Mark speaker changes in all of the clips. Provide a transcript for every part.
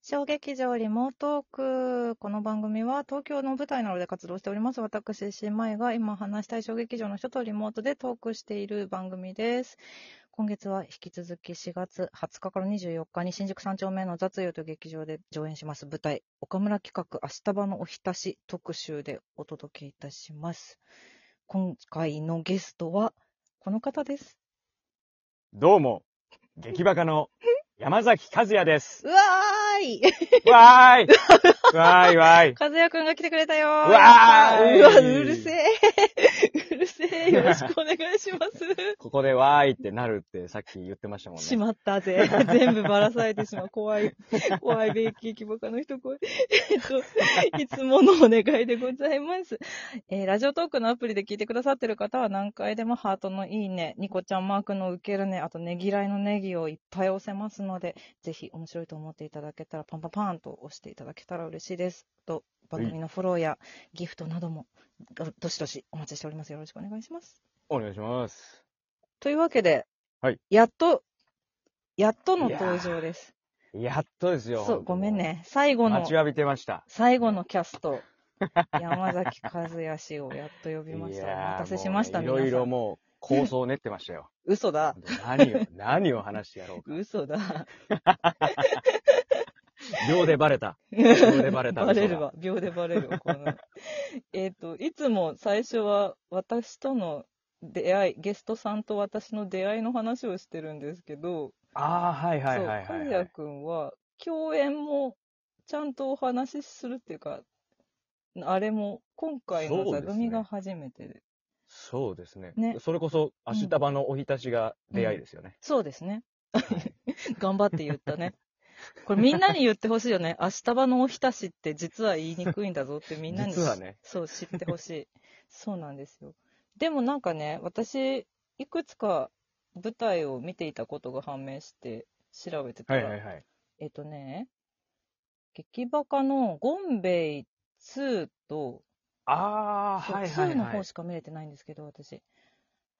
Speaker 1: 小劇場リモートーク。この番組は東京の舞台などで活動しております。私、新米が今話したい小劇場の人とリモートでトークしている番組です。今月は引き続き4月20日から24日に新宿三丁目の雑用という劇場で上演します舞台、岡村企画明日場のおひたし特集でお届けいたします。今回のゲストはこの方です。
Speaker 2: ど うも、劇バカの山崎和 也です。
Speaker 1: うわーい
Speaker 2: わー いわーいわーい
Speaker 1: 和也くんが来てくれたよー
Speaker 2: うわーいう
Speaker 1: わ、うるせえうるせえよろしくお願いします
Speaker 2: ここでわーいってなるってさっき言ってましたもんね。
Speaker 1: しまったぜ。 全部ばらされてしまう。怖い。 怖い、ベッキー規模化の人怖い。 えっと、いつものお願いでございます。えーラジオトークのアプリで聞いてくださってる方は何回でもハートのいいね、ニコちゃんマークの受けるね、あとねぎらいのネギをいっぱい押せますので、ぜひ面白いと思っていただけたら、パンパンパンと押していただけたら嬉しいです。と、番組のフォローやギフトなども、どしどしお待ちしております。よろしくお願いします。
Speaker 2: お願いします。
Speaker 1: というわけで、
Speaker 2: はい
Speaker 1: やっと、やっとの登場です。
Speaker 2: やっとですよ。
Speaker 1: そう、ごめん。ね。最後の
Speaker 2: 待ち、わびてました。
Speaker 1: 最後のキャス ト、山崎和也氏をやっと呼びました。お
Speaker 2: いや
Speaker 1: 待
Speaker 2: ー
Speaker 1: たせしました、
Speaker 2: も
Speaker 1: 皆
Speaker 2: う
Speaker 1: さ
Speaker 2: い
Speaker 1: ん。
Speaker 2: ろいろもう構想を練ってました よ。
Speaker 1: 嘘だ。
Speaker 2: 何を、何を話してやろうか。
Speaker 1: 嘘だ。
Speaker 2: 秒でバ レた。
Speaker 1: 秒
Speaker 2: でバレた
Speaker 1: バレるわ。秒でバレるわ。この えっと、いつも最初は私との出会い、ゲストさんと私の出会いの話をしてるんですけど、
Speaker 2: あー、はい
Speaker 1: そ
Speaker 2: はいはいは
Speaker 1: う、和
Speaker 2: いは
Speaker 1: 也
Speaker 2: い。
Speaker 1: くんは、共演もちゃんとお話しするっていうか、あれも、今回の座組が初めてで。
Speaker 2: そうですね
Speaker 1: ね
Speaker 2: それこそ、明日場のおひたしが出会いですよね。
Speaker 1: そうですね。 頑張って言ったね。これみんなに言ってほしいよね。明日場のおひたしって実は言いにくいんだぞってみんなに
Speaker 2: 実はね
Speaker 1: そう知ってほしい。そうなんですよ。でもなんかね、私、いくつか舞台を見ていたことが判明して調べてた
Speaker 2: は
Speaker 1: ら、
Speaker 2: いはいはい。
Speaker 1: えっとね、劇バカのゴンベイ2と、
Speaker 2: あー、
Speaker 1: そう
Speaker 2: はいはい
Speaker 1: 2の
Speaker 2: は
Speaker 1: 方
Speaker 2: い。
Speaker 1: しか見れてないんですけど、私。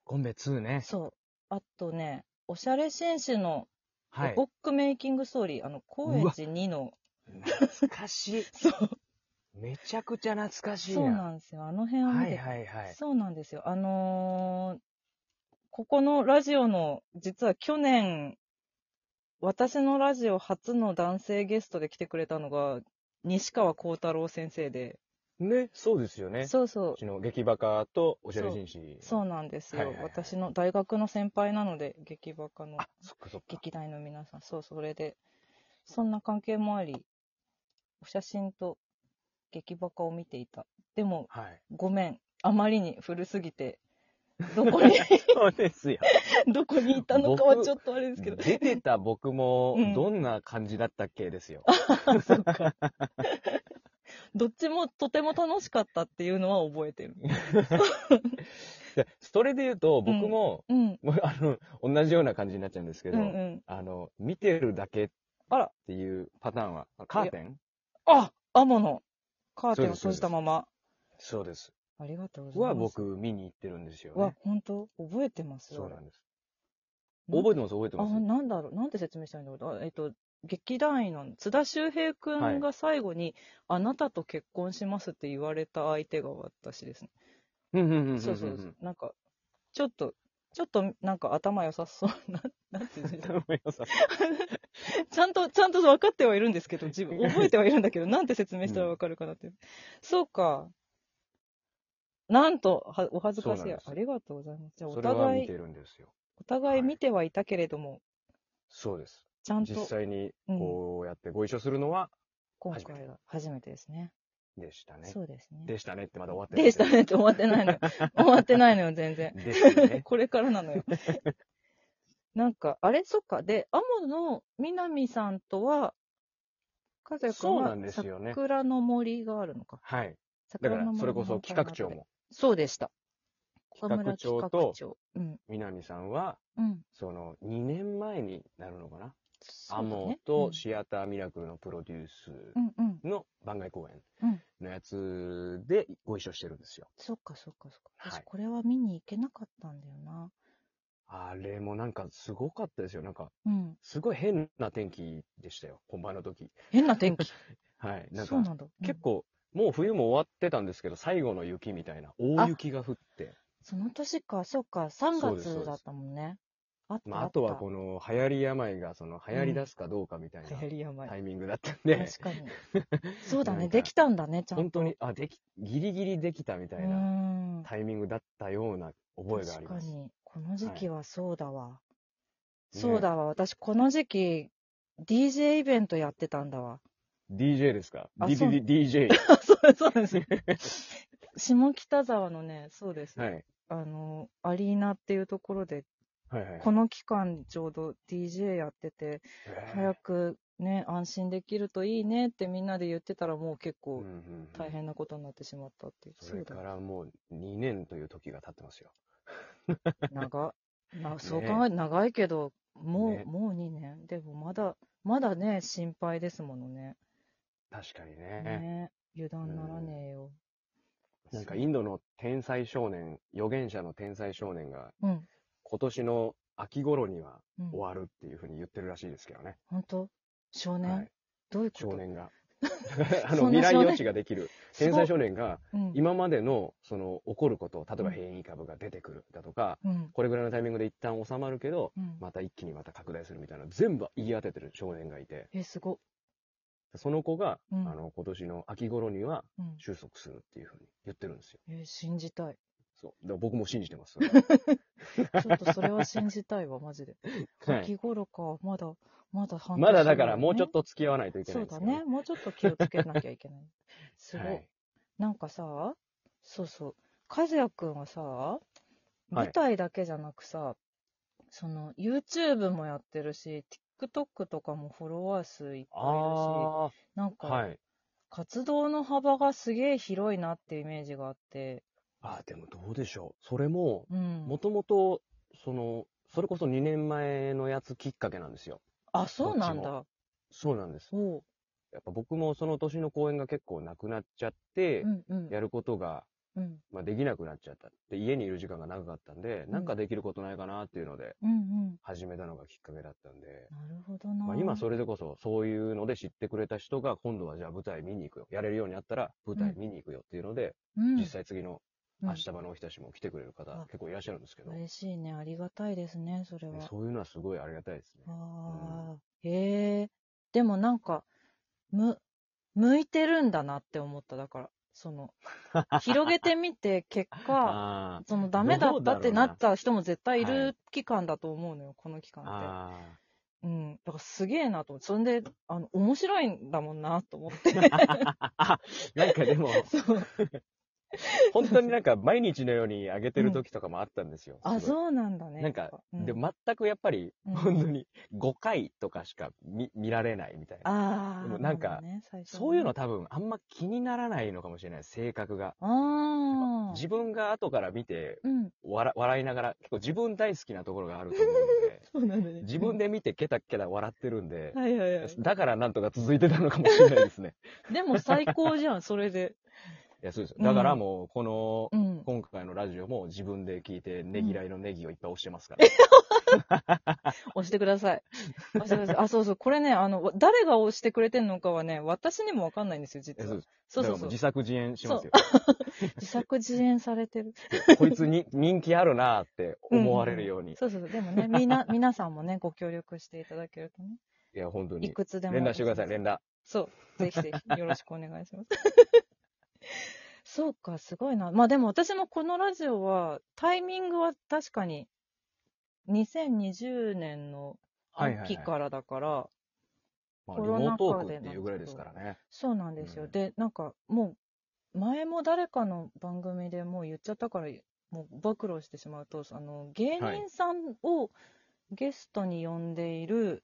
Speaker 2: ゴンベ2ね。
Speaker 1: そう。あとね、おしゃれ紳士の
Speaker 2: はい
Speaker 1: ボ。ックメイキングストーリー、あの、高円寺2の、
Speaker 2: 懐かしい。
Speaker 1: そう、
Speaker 2: めちゃくちゃ懐かしいな。
Speaker 1: そうなんですよ。あの辺を見て、
Speaker 2: はいはいはい。
Speaker 1: そうなんですよ。あのーここのラジオの、実は去年、私のラジオ初の男性ゲストで来てくれたのが、西川幸太郎先生で、
Speaker 2: ね、そうですよね。う
Speaker 1: そうそう
Speaker 2: ちの劇バカとおしゃれ人士。
Speaker 1: そう
Speaker 2: う。
Speaker 1: なんですよ、
Speaker 2: はいはいはい
Speaker 1: 私の大学の先輩なので、劇バカの
Speaker 2: あ、そっかそっか。
Speaker 1: 劇団の皆さん、そう、それで、そんな関係もあり、お写真と劇バカを見ていた。でも、
Speaker 2: はい。
Speaker 1: ごめん、あまりに古すぎて、どこ に、
Speaker 2: そうですよ。
Speaker 1: どこにいたのかは
Speaker 2: 僕
Speaker 1: ちょっとあれですけど、
Speaker 2: 出てた僕も
Speaker 1: うん、
Speaker 2: どんな感じだったっけですよ。
Speaker 1: そっか。 どっちもとても楽しかったっていうのは覚えてる。
Speaker 2: でそれで言うと、僕も、
Speaker 1: うん、
Speaker 2: もうあの、同じような感じになっちゃうんですけ
Speaker 1: うん、う
Speaker 2: ど、
Speaker 1: ん。
Speaker 2: あの、見てるだけっ
Speaker 1: あら、
Speaker 2: ていうパターンは、カーテン
Speaker 1: あ天野、カーテンを
Speaker 2: そう
Speaker 1: 閉
Speaker 2: ですそうです
Speaker 1: じたまま。
Speaker 2: そうです。
Speaker 1: ありがとうございます。
Speaker 2: は、僕、見に行ってるんですよ、
Speaker 1: は
Speaker 2: ね。
Speaker 1: 本当覚えてます
Speaker 2: そうなんです。
Speaker 1: うん
Speaker 2: 覚えてます、覚えて
Speaker 1: あ、
Speaker 2: ます。
Speaker 1: なんだろう、なんて説明したらいいんだろう。あえっと、劇団員の津田修平くんが最後に、あなたと結婚しますって言われた相手が私ですね。
Speaker 2: うんうんうんんんん
Speaker 1: そうそうそう。なんか、ちょっと、ちょっとなんか頭良さそうな、 なんていうんです か
Speaker 2: 頼むよさ
Speaker 1: ちゃんと、ちゃんと分かってはいるんですけど、自分、覚えてはいるんだけど、なんて説明したら分かるかなって。そうか。なんと、はお恥ずかし
Speaker 2: そう
Speaker 1: い。
Speaker 2: な
Speaker 1: あ
Speaker 2: んです
Speaker 1: りがとうございます。じゃあ、
Speaker 2: そ
Speaker 1: お
Speaker 2: れは見
Speaker 1: 互
Speaker 2: て
Speaker 1: い、
Speaker 2: るんですよ。
Speaker 1: お互い
Speaker 2: はい
Speaker 1: 見てはいたけれども、
Speaker 2: そうです。
Speaker 1: ちゃん
Speaker 2: 実
Speaker 1: と、
Speaker 2: 際に
Speaker 1: うん
Speaker 2: こうやってご一緒するのは
Speaker 1: 今
Speaker 2: 初めて
Speaker 1: 回が初めてですね。
Speaker 2: でしたね。
Speaker 1: そうですね。
Speaker 2: でしたねってまだ終わってない
Speaker 1: でしたねって終わってないの よ。終わってないのよ、全然。。
Speaker 2: でしたね
Speaker 1: これからなのよ。なんか、あれそっか。で、天野みなみさんとは、和也君
Speaker 2: そうな
Speaker 1: は
Speaker 2: んですよね。
Speaker 1: 桜の森があるのか。
Speaker 2: はい。だか
Speaker 1: 桜
Speaker 2: ら
Speaker 1: の森の
Speaker 2: それこそ企画長も
Speaker 1: そうでした。
Speaker 2: 企画長と
Speaker 1: 岡村企画長うん。
Speaker 2: 南さんは
Speaker 1: うん。
Speaker 2: その2年前になるのかな。
Speaker 1: そ
Speaker 2: ア
Speaker 1: うだ
Speaker 2: モ
Speaker 1: ね
Speaker 2: とシアターミラクルのプロデュー
Speaker 1: う
Speaker 2: ス
Speaker 1: ん、うんうん。
Speaker 2: の番外公演
Speaker 1: うん
Speaker 2: のやつでご一緒してるんですよ。
Speaker 1: そっかそっかそっか。私
Speaker 2: はい
Speaker 1: これは見に行けなかったんだよな。
Speaker 2: あれもなんかすごかったですよ。なんか、
Speaker 1: うん。
Speaker 2: すごい変な天気でしたよ。本番の時。
Speaker 1: 変な天気。
Speaker 2: はい。 なん
Speaker 1: そう
Speaker 2: か、
Speaker 1: なんだ。うん
Speaker 2: 結構、もう冬も終わってたんですけど、最後の雪みたいな、大雪が降って。
Speaker 1: その年か、そうか、3
Speaker 2: そうですそ
Speaker 1: 月
Speaker 2: うです
Speaker 1: だったもんね。あった。
Speaker 2: まあ、あとは
Speaker 1: こ
Speaker 2: この、流行り病が、その、流行り出すかどうかみたい
Speaker 1: の、
Speaker 2: な
Speaker 1: 流行り病。
Speaker 2: タイミングだったんで、
Speaker 1: 確かに。 そうだ
Speaker 2: な
Speaker 1: ね、
Speaker 2: んか
Speaker 1: できたんだね、ちゃんと。
Speaker 2: 本当に、あ、でき、ギリギリできたみた
Speaker 1: う。
Speaker 2: いなんタイミングだったような覚えがあり
Speaker 1: 確か
Speaker 2: ます。
Speaker 1: に、この時期はそうだわ。
Speaker 2: ね
Speaker 1: そうだわ、私、この時期、DJ イベントやってたんだ わ。
Speaker 2: DJ ですか
Speaker 1: あそう
Speaker 2: ?DJ。
Speaker 1: そうそうですね。 下北沢のね、そうです、
Speaker 2: はい。
Speaker 1: あの、アリーナっていうところで、
Speaker 2: はいはいはい。
Speaker 1: この期間ちょうど DJ やってて、
Speaker 2: えー
Speaker 1: 早くね、安心できるといいねってみんなで言ってたら、もう結
Speaker 2: う
Speaker 1: 構
Speaker 2: んうんうん
Speaker 1: 大変なことになってしまったっていう。
Speaker 2: それか
Speaker 1: そうだ。
Speaker 2: らもう2年という時が経ってますよ。
Speaker 1: 長、なそう
Speaker 2: ね
Speaker 1: 考え、長いけど、もう、
Speaker 2: ね
Speaker 1: もう2年。でもまだ、まだね、心配ですものね。
Speaker 2: 確かにね。
Speaker 1: ね油断ならねえよ。
Speaker 2: なんかインドの天才少年、預言者の天才少年が
Speaker 1: うん。
Speaker 2: 今年の秋頃には
Speaker 1: うん、
Speaker 2: 終わるっていうふうに言ってるらしいですけどね。
Speaker 1: 本当少年、
Speaker 2: はい、
Speaker 1: どういうこと
Speaker 2: 少年 が。あの
Speaker 1: そん
Speaker 2: 未
Speaker 1: な少年
Speaker 2: 来予知ができる。天才
Speaker 1: すご
Speaker 2: 少年が
Speaker 1: うん
Speaker 2: 今までのその起こること、例えば
Speaker 1: うん
Speaker 2: 変異株が出てくるだとか、
Speaker 1: うん
Speaker 2: これぐらいのタイミングで一旦収まるけど、
Speaker 1: うん
Speaker 2: また一気にまた拡大するみたいな、全部言い当ててる少年がいて、
Speaker 1: え、すごっ。
Speaker 2: その子が、
Speaker 1: うん
Speaker 2: あの、今年の秋頃には
Speaker 1: うん
Speaker 2: 収束するっていうふうに言ってるんですよ。
Speaker 1: え、信じたい。
Speaker 2: そう。だから僕も信じてます。
Speaker 1: ちょっとそれは信じたいわ、マジで。
Speaker 2: はい。
Speaker 1: 秋頃か、まだ、まだ半年
Speaker 2: まだだからもうちょっ
Speaker 1: と
Speaker 2: と付き合わないといけな
Speaker 1: そう
Speaker 2: いんです
Speaker 1: だ
Speaker 2: けど
Speaker 1: ね。もうちょっと気をつけなきゃい けない。すごい。
Speaker 2: はい。
Speaker 1: なんかさ、そうそう。和也くんはさ、
Speaker 2: い
Speaker 1: 舞台だけじゃなくさ、その、YouTube もやってるし、TikTok とかもフォロワー数いっぱいいる
Speaker 2: あ
Speaker 1: し、なん
Speaker 2: あ、
Speaker 1: か、
Speaker 2: はい。
Speaker 1: 活動の幅がすげえ広いなっていうイメージがあって、
Speaker 2: ああ、でもどうでしょう。それも、
Speaker 1: うん。
Speaker 2: もともと、その、それこそ2年前のやつきっかけなんですよ。
Speaker 1: あ、そうなんだ。
Speaker 2: そうなんです。
Speaker 1: おう。
Speaker 2: やっぱ僕もその年の公演が結構なくなっちゃって
Speaker 1: う、んうん。
Speaker 2: やることが、
Speaker 1: うん
Speaker 2: まあ、できなくなっちゃった。で、家にいる時間が長かったんで、
Speaker 1: ん
Speaker 2: なんかできることないかなっていうので、
Speaker 1: うんうん。
Speaker 2: 始めたのがきっかけだったんで、
Speaker 1: なるほどな。
Speaker 2: まあ、今それでこそそういうので知ってくれた人が今度はじゃあ舞台見に行くよやれるようになったら舞台見に行くよっていうので、
Speaker 1: うん、
Speaker 2: 実際次の「
Speaker 1: うん
Speaker 2: 明日場のおひたし」も来てくれる方
Speaker 1: あ
Speaker 2: 結構いらっしゃるんですけど、ね
Speaker 1: 嬉しいね。ありがたいですね、それは。
Speaker 2: そういうのはすごいありがたいですね。
Speaker 1: ああ。へえ。でもなんか、む、向いてるんだなって思った。だから、その、広げてみて、結果、
Speaker 2: あ
Speaker 1: そのダメだったってなった人も絶対い
Speaker 2: は
Speaker 1: る期間だと思うのよ、この期
Speaker 2: ー
Speaker 1: 間って。
Speaker 2: あ
Speaker 1: うん、だからすげえなと思って、それで、あの、面白いんだもんなと 思って。
Speaker 2: ーなんか でも
Speaker 1: そう。
Speaker 2: 本当になんか毎日のように上げてる時とかもあったんですよ。
Speaker 1: あ、
Speaker 2: すごい
Speaker 1: そうなんだね。
Speaker 2: なんか、
Speaker 1: うん
Speaker 2: で全くやっぱり
Speaker 1: うん
Speaker 2: 本当に5回とかしか見見られないみたいな。
Speaker 1: あ
Speaker 2: でも
Speaker 1: あ、
Speaker 2: なんか
Speaker 1: だね、最初ね
Speaker 2: そういうの多分あんま気にならないのかもしれない、性格が。
Speaker 1: ああ。
Speaker 2: 自分が後から見て
Speaker 1: うん。、
Speaker 2: 笑、笑いながら、結構自分大好きなところがあると思うんで
Speaker 1: そうなんだね。
Speaker 2: 自分で見てケタケタ笑ってるんで
Speaker 1: うん。、はいはいはい。
Speaker 2: だからなんとか続いてたのかもしれないです ね。
Speaker 1: でも最高じゃん、それで。
Speaker 2: いや、そうです。
Speaker 1: うん
Speaker 2: だからもう、この、
Speaker 1: うん。
Speaker 2: 今回のラジオも自分で聞いて、ねぎらいのネギをいっぱい押し てますから。
Speaker 1: 押してくだ さい。押してください。あ、そうそう。これね、あの、誰が押してくれてんのかはね、私にもわかんないんですよ、
Speaker 2: い
Speaker 1: 実
Speaker 2: やそう
Speaker 1: は
Speaker 2: で。す。
Speaker 1: そう
Speaker 2: だ
Speaker 1: そう
Speaker 2: からも
Speaker 1: そう
Speaker 2: 自。作自演しますよ。
Speaker 1: 自作自演されてる。
Speaker 2: こいつに人気あるなーって 思われるように。
Speaker 1: そうそうそう。でもね、み な、皆さんもね、ご協力していただけるとね、
Speaker 2: いや、本当
Speaker 1: い
Speaker 2: に。
Speaker 1: くつでも。
Speaker 2: 連打してください、連打。
Speaker 1: そう。ぜひぜひ、よろしくお願いし ます。そうか、すごいな。まあでも私もこのラジオは、タイミングは確かに、2020年の
Speaker 2: はいはいはい
Speaker 1: 秋からだから、
Speaker 2: まあ、
Speaker 1: コ
Speaker 2: リ
Speaker 1: ロ
Speaker 2: モー
Speaker 1: ナ
Speaker 2: ト
Speaker 1: 禍
Speaker 2: ー
Speaker 1: で
Speaker 2: ク
Speaker 1: なんですけど
Speaker 2: っていうぐらいですからね。
Speaker 1: そうなんですよ。
Speaker 2: うん
Speaker 1: で、なんかもう、前も誰かの番組でもう言っちゃったから、もう暴露してしまうと、あの、芸人さんをゲストに呼んでいる、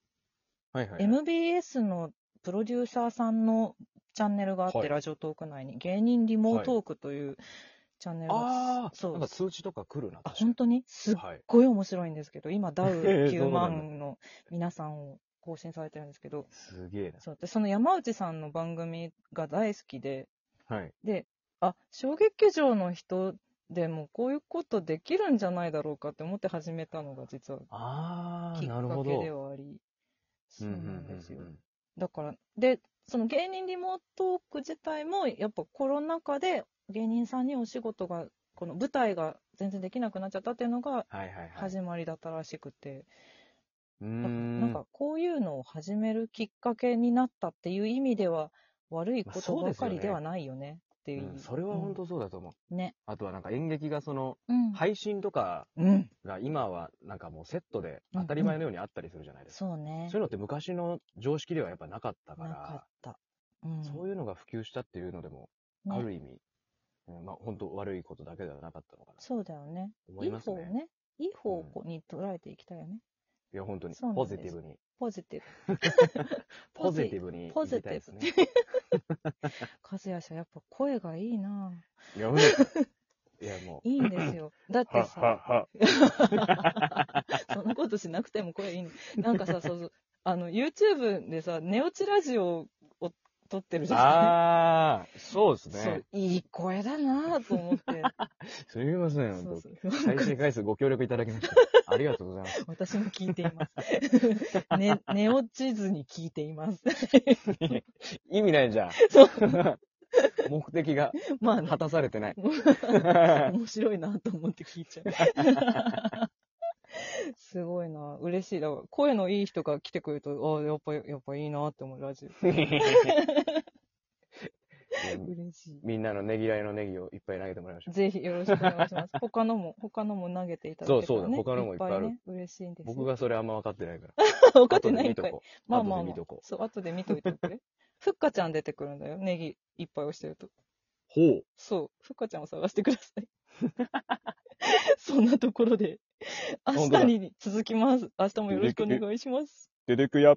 Speaker 2: はいはいはい。
Speaker 1: MBS のプロデューサーさんのチャンネルがあって、
Speaker 2: はい
Speaker 1: ラジオトーク内に、芸人リモートークというチャンネルが、
Speaker 2: ああ、
Speaker 1: そう
Speaker 2: なんか通知とか来るな。
Speaker 1: あ
Speaker 2: 確かに
Speaker 1: 本当にすっ
Speaker 2: はい。
Speaker 1: ごい面白いんですけど、今、ダウ
Speaker 2: ええそう
Speaker 1: 9
Speaker 2: なんだ
Speaker 1: 万の皆さんを更新されてるんですけど、
Speaker 2: すげえ
Speaker 1: そうでその山内さんの番組が大好きで、
Speaker 2: な。はい。
Speaker 1: で、あ、小劇場の人でもうこういうことできるんじゃないだろうかって思って始めたのが実は
Speaker 2: あ
Speaker 1: き
Speaker 2: あ、
Speaker 1: っ
Speaker 2: なる
Speaker 1: か
Speaker 2: ほ
Speaker 1: け
Speaker 2: ど。
Speaker 1: ではあり、そうなんですよ
Speaker 2: うんうんうんう。ん
Speaker 1: だから、で、その芸人リモートーク自体も、やっぱコロナ禍で芸人さんにお仕事が、この舞台が全然できなくなっちゃったっていうのが
Speaker 2: はいはいはい。
Speaker 1: 始まりだったらしくて、
Speaker 2: うー
Speaker 1: だからなん
Speaker 2: ん
Speaker 1: かこういうのを始めるきっかけになったっていう意味では、悪い
Speaker 2: まあ
Speaker 1: こと
Speaker 2: そう
Speaker 1: ば
Speaker 2: ですよ
Speaker 1: か
Speaker 2: ね
Speaker 1: りではないよねって
Speaker 2: う
Speaker 1: い
Speaker 2: ん
Speaker 1: う。
Speaker 2: それは本当そうだと思う。
Speaker 1: うんね。
Speaker 2: あとはなんか演劇がその、
Speaker 1: うん。
Speaker 2: 配信とか
Speaker 1: うん。
Speaker 2: が今はなんかもうセットで当たり前のようにあったりするじゃないですか。
Speaker 1: そうね
Speaker 2: そうい。うのって昔の常識ではやっぱなかったか
Speaker 1: なからっ、た。うん。
Speaker 2: そういうのが普及したっていうのでも、
Speaker 1: ね
Speaker 2: ある意味、うんまあ本当悪いことだけではなかったのかなと
Speaker 1: そうだよね。
Speaker 2: 思いますね。
Speaker 1: いい方ね。いい方
Speaker 2: うん
Speaker 1: 向に捉えていきたいよね。
Speaker 2: いや本当に
Speaker 1: そうな
Speaker 2: ポ
Speaker 1: んです
Speaker 2: ジティブに、
Speaker 1: ポジティブ。
Speaker 2: ポジティブに
Speaker 1: ポ
Speaker 2: 行
Speaker 1: ジテ
Speaker 2: きた
Speaker 1: ィブ
Speaker 2: いですね。
Speaker 1: 和也さん、やっぱ声がいいなぁ
Speaker 2: いや、ほんといやもう。
Speaker 1: いいんです よ。だって
Speaker 2: はは
Speaker 1: さ、
Speaker 2: は。
Speaker 1: そんなことしなくても声いいの。なんかさ、そうそう、あの、YouTube でさ、寝落ちラジオを撮ってるじゃ
Speaker 2: ああ、そうです
Speaker 1: ない そ
Speaker 2: ね
Speaker 1: う。、いい声だなぁと思 って。
Speaker 2: すみません、
Speaker 1: そう
Speaker 2: 本
Speaker 1: そ
Speaker 2: 当。
Speaker 1: う
Speaker 2: 再生回数ご協力いただきまして、ありがとうございます。
Speaker 1: 私も聞いています。 ね、寝落ちずに聞いています。
Speaker 2: 意味ないじゃん。
Speaker 1: そう、
Speaker 2: 目的が
Speaker 1: まあね
Speaker 2: 果たされてない。
Speaker 1: 面白いなと思って聞いちゃう。 すごいな嬉しい。だから、声のいい人が来てくれると、ああ、やっぱ、やっぱいいなって思う、ラジオ。嬉しい。
Speaker 2: みんなのねぎらいのネギをいっぱい投げてもらいましょう。
Speaker 1: ぜひよろしくお願い します。他のも、他のも投げていただけたら、ね。
Speaker 2: そうそうだ他のもいっぱいある
Speaker 1: ね、嬉しいんですよ。
Speaker 2: 僕がそれあんま分かってないから。
Speaker 1: 分かってないん
Speaker 2: 後で
Speaker 1: か
Speaker 2: 見
Speaker 1: い
Speaker 2: と。こう
Speaker 1: まあまあ
Speaker 2: 後で
Speaker 1: ま
Speaker 2: 見
Speaker 1: あ
Speaker 2: とこ。
Speaker 1: そう、後で見といてく れ。ふっかちゃん出てくるんだよ。ネギいっぱい押してると。
Speaker 2: ほう。
Speaker 1: そう、ふっかちゃんを探してください。 そんなところで、明
Speaker 2: 本当
Speaker 1: 日
Speaker 2: だ
Speaker 1: に続きます。明日もよろしくお願いします。
Speaker 2: 出てくや。